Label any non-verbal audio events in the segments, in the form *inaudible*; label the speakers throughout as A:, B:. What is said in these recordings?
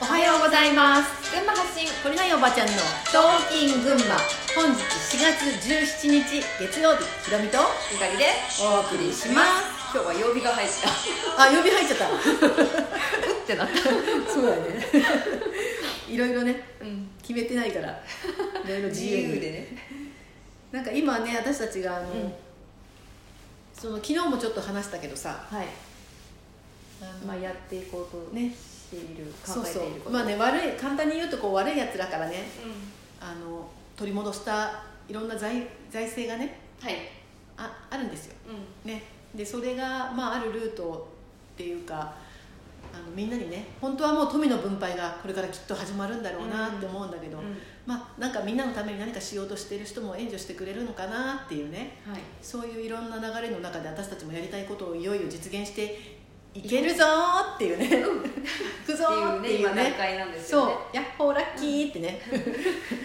A: おはようございます群馬発信これないおばちゃんの「トーキン群馬」本日4月17日月曜日ひろみと
B: ゆかりで
A: お送りします
B: 今日は曜日が入ったう
A: あ曜日入っちゃった
B: ってなっ
A: *laughs*
B: た
A: そうだね *laughs* いろいろね
B: うん
A: 決めてないからいろいろ *laughs* 自
B: *laughs* 自
A: 由に
B: 由でね
A: なんか今ね私たちがあの、
B: うん
A: その昨日もちょっと話したけどさ
B: はい
A: あの
B: まあやっていこうと
A: ね
B: している考
A: そう
B: え
A: そ
B: ているこ
A: う
B: と
A: まあね悪い簡単に言うとこう悪いやつらからね
B: うん
A: あの取り戻したいろんな財財政がね
B: はい
A: ああるんですよ、
B: う
A: ね、でそれが、まあ、あるルートっていうかあのみんなにね本当はもう富の分配がこれからきっと始まるんだろうなって思うんだけど、
B: ん
A: まあなんかみんなのために何かしようとしてる人も援助してくれるのかなっていうね
B: はい
A: そういういろんな流れの中で私たちもやりたいことをいよいよ実現していけるぞーっていう
B: *laughs*
A: ねいくぞー
B: っ
A: ってて
B: いうね
A: い
B: 今
A: うね
B: 段階なんです
A: *laughs* そう
B: よね
A: ヤッホーラッキーってね、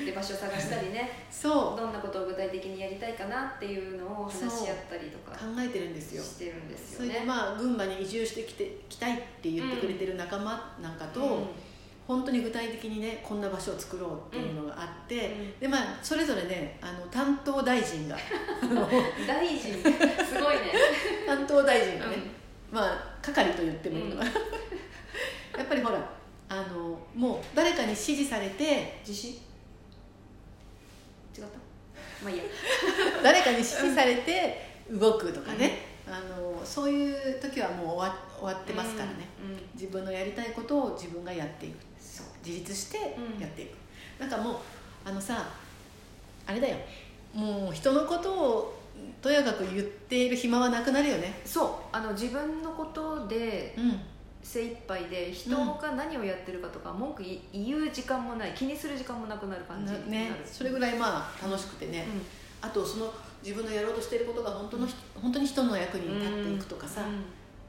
B: で場所探したりね
A: そう
B: *laughs* どんなことを具体的にやりたいかなっていうのを話し合ったりとか
A: 考えてるんですよ
B: してるんです
A: そ
B: よ
A: れで
B: ね
A: まあ群馬に移住してきてきたいって言ってくれてる仲間なんかと、
B: うん
A: 本当に具体的にねこんな場所を作ろうっていうのがあって、
B: うん
A: でまあそれぞれねあの担当大臣
B: *laughs*
A: が
B: 大臣すごいね
A: 担当大臣
B: う
A: が
B: ん
A: ね、まあ係と言っても、
B: う
A: *laughs*
B: ん
A: やっぱりほらあのもう誰かに指示されて
B: 自信違ったまあいいや
A: 誰かに指示されて動くとかね、あのそういう時はもう終わ終わってますからね、
B: うんうん
A: 自分のやりたいことを自分がやっていく
B: そう
A: 自立してやっていく、なんかもうあのさあれだよもう人のことをとやかく言っている暇はなくなるよね
B: そうあの自分のことで
A: うん
B: 精一杯で人が何をやってるかとか文句い言う時間もない気にする時間もなくなる感じ
A: な
B: にな
A: ね
B: る、
A: それぐらいまあ楽しくてね
B: う、ん
A: あとその自分のやろうとしていることが本当のひ、本当に人の役に立っていくとかさ、
B: うん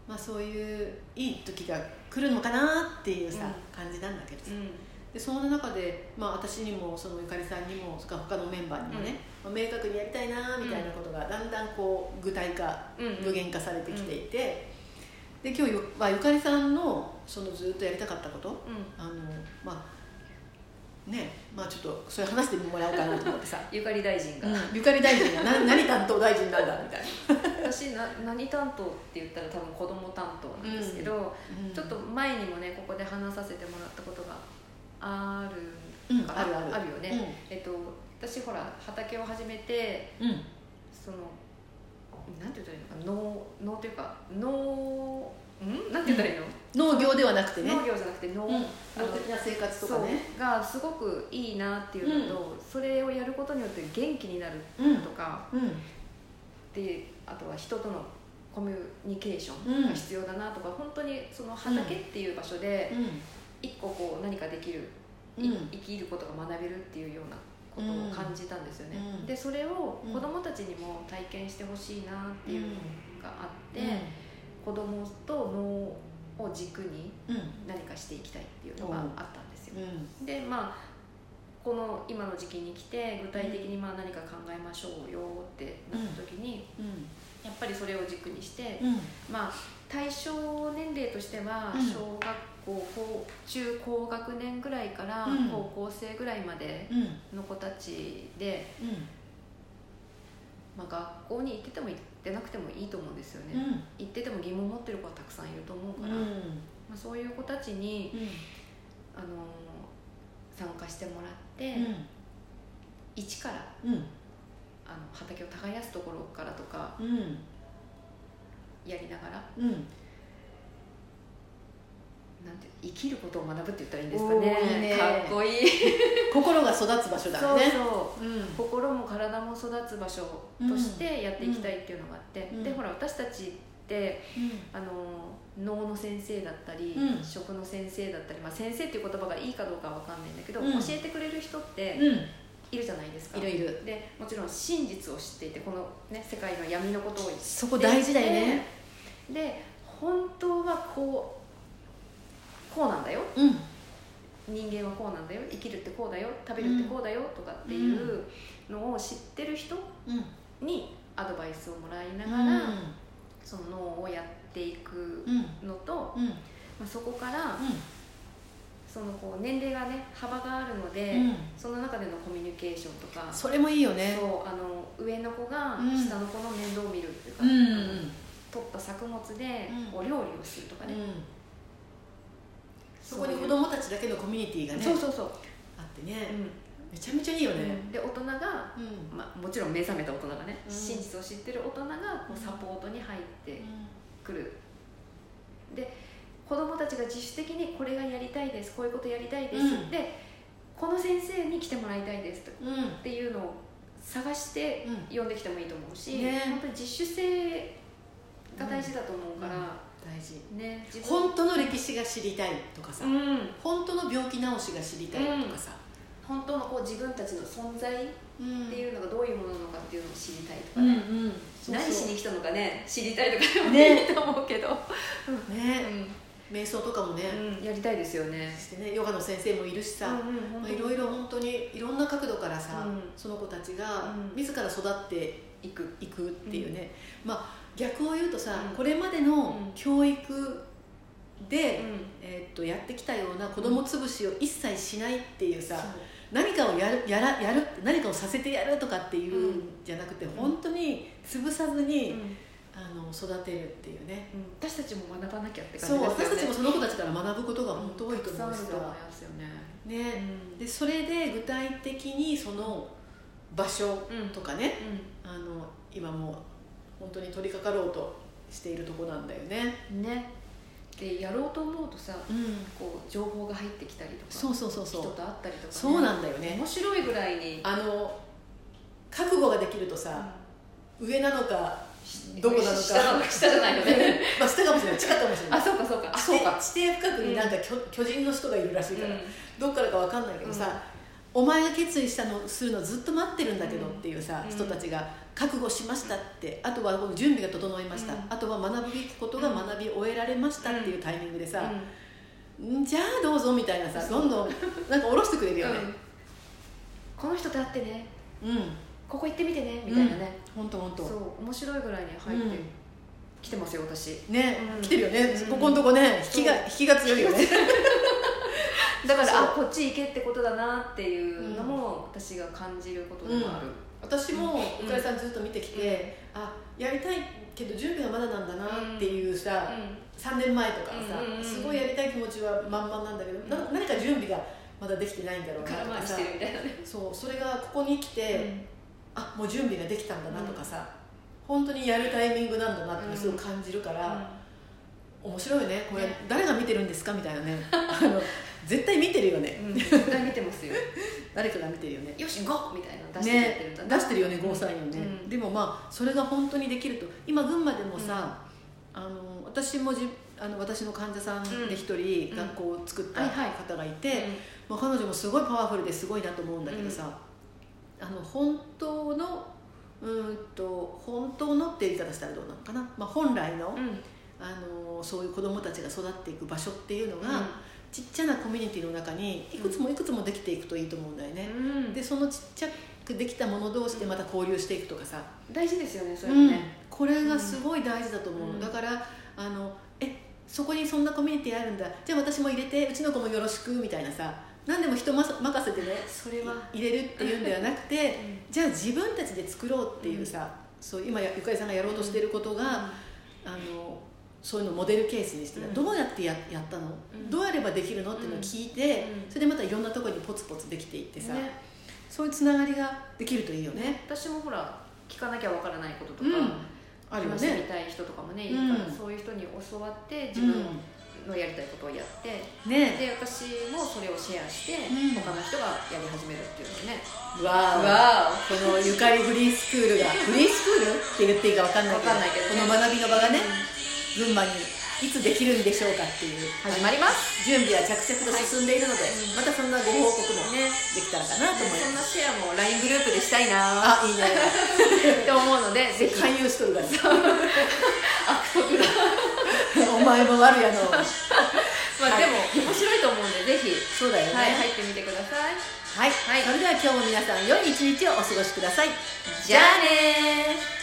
A: まあ、そういういい時が来るのかなっていうさ、
B: うん
A: 感じなんだけどさ、
B: うん
A: でその中で、まあ、私にもそのゆかりさんにもそれから他のメンバーにもね、まあ明確にやりたいなみたいなことがだんだんこう具体化、
B: うん
A: 具現化されてきていて、で今日よまあゆかりさんのそのずっとやりたかったこと
B: うん
A: あのまあねまあちょっとそれ話してもらおうかなと
B: *laughs*
A: 思ってさ
B: ゆかり大臣が、
A: ゆかり大臣が何何担当大臣なんだみたいな、
B: 私な何担当って言ったら多分子供担当なんですけど、ちょっと前にもねここで話させてもらったことがあ
A: う
B: る
A: ん
B: かな
A: あるある
B: あるよね、えっと私ほら畑を始めて
A: うん、うん
B: そのなんて言ったらいいのか農農というか農んなんて言ったらいいの、
A: 農業ではなくてね
B: 農業じゃなくて農、
A: うん
B: あの
A: 農的な生活とかね
B: そうがすごくいいなっていうのと、それをやることによって元気になる
A: うん
B: とか、
A: うん
B: であとは人とのコミュニケーションが必要だなとか、本当にその畑っていう場所で一個こう何かできる、
A: う
B: い
A: ん
B: 生きることが学べるっていうようなことを感じたんですよね、
A: うん
B: でそれを
A: うん
B: 子どもたちにも体験してほしいなっていうのがあって、子どもと脳を軸に
A: うんうん
B: 何かしていきたいっていうのがあったんですよ、
A: うん
B: でまあこの今の時期に来て具体的にまあ何か考えましょうよってなった時に、
A: うん
B: やっぱりそれを軸にして、
A: うん
B: まあ対象年齢としては
A: うん
B: 小学校、高中高学年ぐらいから
A: うん
B: 高校生ぐらいまで
A: うん
B: の子たちで、
A: うん
B: まあ、学校に行ってても行ってなくてもいいと思うんですよね、
A: うん
B: 行ってても疑問持ってる子はたくさんいると思うから、まあ、そういう子たちに、あのー参加してもらって、一からあの畑を耕すところからとかやりながらなんて生きることを学ぶって言ったらいいんですか
A: おーいい
B: ね
A: ね
B: かっこいい
A: 心が育つ場所だ
B: そう
A: ね
B: そう
A: うん
B: 心も体も育つ場所としてやっていきたいっていうのがあって、
A: うん
B: でほら私たちってあの脳の先生だったり、
A: うん
B: 食の先生だったり、まあ、先生っていう言葉がいいかどうかは分かんないんだけど、
A: うん
B: 教えてくれる人って
A: うん
B: いるじゃないですか
A: いろいる
B: でもちろん真実を知っていてこの、ね、世界の闇のことを知っていて
A: そこ大事だよね
B: で本当はこうこうなんだよ
A: うん
B: 人間はこうなんだよ生きるってこうだよ食べるってこうだよとかっていうのを知ってる人
A: うん
B: にアドバイスをもらいな
A: う
B: がら、
A: ん
B: その脳をやっていく
A: うん
B: のと、
A: うん
B: まあ、そこから
A: うん
B: そのこう年齢がね幅があるので、
A: うん
B: その中でのコミュニケーションとか
A: それもいいよね
B: そうあの上の子が
A: うん
B: 下の子の面倒を見るっていうか、
A: うんうん
B: あの取った作物で
A: うん
B: お料理をするとかね、
A: うんそこに
B: そう
A: 子
B: いう
A: 供たちだけのコミュニティがね
B: そうそうそう、
A: あってね
B: うん
A: めちゃめちゃいいよね
B: で大人が、
A: うん
B: まあ、もちろん目覚めた大人がね、
A: うん
B: 真実を知ってる大人がこ
A: うん
B: うサポートに入ってくる、で子供たちが自主的にこれがやりたいですこういうことやりたいです、
A: うん
B: でこの先生に来てもらいたいですと
A: うんうん
B: っていうのを探して
A: うん
B: 呼んできてもいいと思うし、
A: ね
B: 本当に自主性が大事だと思うから、
A: 大事
B: ね自分
A: 本当の歴史が知りたいとかさ
B: うん
A: 本当の病気治しが知りたいとかさ
B: 本当のこう自分たちの存在っ
A: って
B: いうのがどういうものなのかっていうのを知りたいとか
A: うんう
B: ね、
A: んそうそう
B: 何しに来たのかね知りたいとかでも
A: ね
B: いいと思うけど、
A: ね瞑想とかもね
B: うんうんやりたいですよね
A: してねヨガの先生もいるしさ
B: うんうん本
A: まあ
B: 当
A: い
B: に
A: ろいろ本当にいろんな角度からさ、
B: うん
A: その子たちが
B: うん
A: 自ら育って
B: 行く
A: いくっていうね、まあ逆を言うとさ、
B: うん
A: これまでの
B: うん
A: 教育で、
B: うん
A: えーっとやってきたような子供潰しを一切しないっていうさ、何かをやるやらやる何かをさせてやるとかっていうんじゃなくて、
B: ん
A: 本当に潰さず
B: そう
A: に、
B: うんうん
A: あの育てるっていうね
B: 私たちも学ばなきゃって感じです
A: そ
B: よ
A: う
B: ね
A: 私たちもその子たちから学ぶことが本当多いと思うし
B: たくさんあると思
A: さ
B: い、ますよね、
A: ね、
B: うん
A: でそれで具体的にその場所
B: うん
A: とかね、
B: うん
A: あの今もう本当に取り掛かろうとしているとこなんだよね、
B: ねでやろうと思うとさこう情報が入ってきたりとか
A: そうそうそうそう
B: 人と会ったりとかね、
A: そうなんだよね
B: 面白いぐらいに
A: あの覚悟ができるとさ、上なのか *laughs* どこなのか
B: 下なのか下じゃないのね
A: まあ下かもしれない地下かもしれない
B: *laughs* あそうかそうかあそうか、
A: 地底地底深くになんか巨,、巨人の人がいるらしいから、
B: う
A: どっからかわかんないけどさ、お前が決意したのするのずっと待ってるんだけどっていうさ、
B: うん
A: 人たちが覚悟しましたってあとはこの準備が整いました、
B: うん
A: あとは学ぶべきことが学び終えられましたっていうタイミングでさ
B: ん、
A: んじゃあどうぞみたいなさどんどんなんか下ろしてくれるよね
B: うんこの人と会ってね
A: うん、
B: ここ行ってみてねみたいなね、
A: ほんとほん
B: そ
A: と
B: う面白いぐらいに入ってきてますよ私
A: ね、
B: うん
A: 来てるよね、
B: うん
A: ここのとこね引きが
B: そう
A: 引きが強いよね
B: *laughs* だから
A: そう
B: あこっち行けってことだなっていうのも私が感じることでもある、
A: 私も
B: うん
A: おかえさんずっと見てきて、あやりたいけど準備がまだなんだなっていうさ、3年前とかはさ、
B: うんうんうん
A: すごいやりたい気持ちは満々なんだけど、な何か準備がまだできてないんだろう
B: うん、
A: な
B: 空
A: と
B: 回
A: か
B: りし
A: さ
B: てるみたいなね、
A: そうそれがここに来て、あもう準備ができたんだなとかさ、本当にやるタイミングなんだなっていうのをすごい感じるから、面白いよねこれ
B: ね
A: 誰が見てるんですかみたいなねあの絶対見てるよね
B: うん、絶対見てますよ
A: 誰かが見てるよね
B: よしゴーみたいなの出してやっ
A: ね
B: てるんだ、
A: 出してるよねゴーサインをね、
B: うん
A: でもまあそれが本当にできると今群馬でもさ、あの私もじあの私の患者さんで一人
B: うん
A: 学校を作った
B: はいはい
A: 方がいて、まあ、彼女もすごいパワフルですごいなと思うんだけどさ、あの本当のうーんと本当のって言い方したらどうなのかな、まあ、本来の,、
B: うん、うん
A: あのそういう子どもたちが育っていく場所っていうのが、ちっちゃなコミュニティの中にいくつもいくつもできていくといいと思うんだよね。
B: うん
A: でそのちっちゃくできたもの同士でまた交流していくとかさ、
B: 大事ですよねそれ
A: う
B: も
A: ん
B: ね、
A: これがすごい大事だと思うの、
B: うん
A: だからあのえそこにそんなコミュニティあるんだじゃあ私も入れてうちの子もよろしくみたいなさ何でも人まさ任せてね
B: それは、
A: 入れるっていうんではなくてじゃあ自分たちで作ろうっていうさ、そう今やゆかりさんがやろうとしてることが、あのそういうのをモデルケースにして、
B: うん
A: どうやってややったの、
B: うん
A: どうやればできるのっていうのを聞いて、
B: うん
A: それでまたいろんなところにポツポツできていって
B: で
A: さ、
B: さ、ね
A: そういうつながりができるといいよね。
B: 私もほら聞かなきゃわからないこととか、
A: うんあるよ
B: 話してみ
A: ね。
B: たい人とかもねいる
A: うん
B: から、そういう人に教わって自分
A: う
B: のやりたいことをやって、
A: ん、ね
B: で私もそれをシェアして、
A: うん
B: 他の人がやり始めるっていうのね、
A: わあ
B: わ
A: このゆかりフリースクールがフリースクールって言っていいかわかんないけど
B: わかんないけどね
A: この学びの場が
B: お、
A: ね群馬にいつできるんでしょうかっていう
B: 始まります、
A: 準備は着々と進んでいるので、ま
B: うん
A: たそんなご報告も
B: ね
A: できたらかなと思い
B: そん
A: ま
B: な
A: す、
B: シェアも LINE グループでしたい
A: あ
B: な
A: いい
B: *laughs*
A: ね
B: って思うのでぜひ
A: 勧誘しとるからさ
B: あそ
A: *laughs*
B: うだ
A: お前も悪やの
B: ま
A: は
B: あ
A: い
B: でも面白いと思うんでぜひ、
A: そうだよね
B: はい、入ってみてください
A: はい、そ
B: はい
A: れでは今日も皆さん良い一日をお過ごしください
B: じゃあねー